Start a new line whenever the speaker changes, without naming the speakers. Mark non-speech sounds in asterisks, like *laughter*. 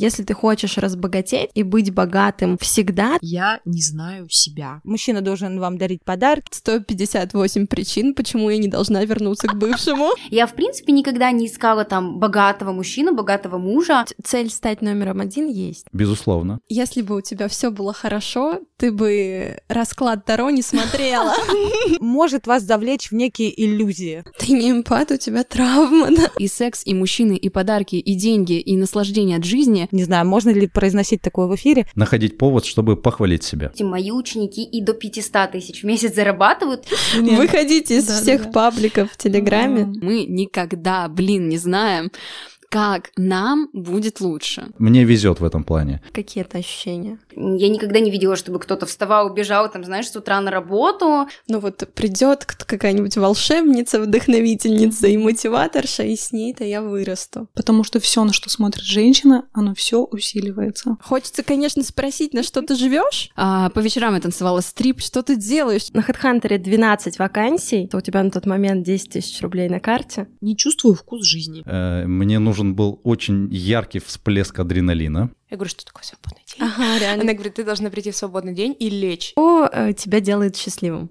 Если ты хочешь разбогатеть и быть богатым всегда,
Я не знаю себя.
Мужчина должен вам дарить подарки.
158 причин, почему я не должна вернуться к бывшему.
Я, в принципе, никогда не искала там богатого мужчину, богатого мужа.
Цель стать номером один есть.
Безусловно.
*laughs* Если бы у тебя все было хорошо, ты бы расклад Таро не смотрела.
Может вас завлечь в некие иллюзии.
Ты не эмпат, у тебя травма, да?
И секс, и мужчины, и подарки, и деньги, и наслаждение от жизни.
Не знаю, можно ли произносить такое в эфире.
Находить повод, чтобы похвалить себя.
Эти мои ученики и до 500 тысяч в месяц зарабатывают.
Выходите из
Да, да,
всех
да.
пабликов в Телеграме.
Мы никогда, блин, не знаем, как нам будет лучше.
Мне везет в этом плане.
Какие это ощущения?
Я никогда не видела, чтобы кто-то вставал, убежал, там, знаешь, с утра на работу.
Ну вот придет кто- какая-нибудь волшебница, вдохновительница и мотиваторша, и с ней-то я вырасту.
Потому что все, на что смотрит женщина, оно все усиливается.
Хочется, конечно, спросить, на что ты живешь?
А, по вечерам я танцевала стрип.
Что ты делаешь? На HeadHunter 12 вакансий, то у тебя на тот момент 10 тысяч рублей на карте.
Не чувствую вкус жизни.
Э, Мне нужен был очень яркий всплеск адреналина.
Я говорю, что такое свободный день?
Ага,
Она говорит, ты должна прийти в свободный день и лечь.
Что э, тебя делает счастливым?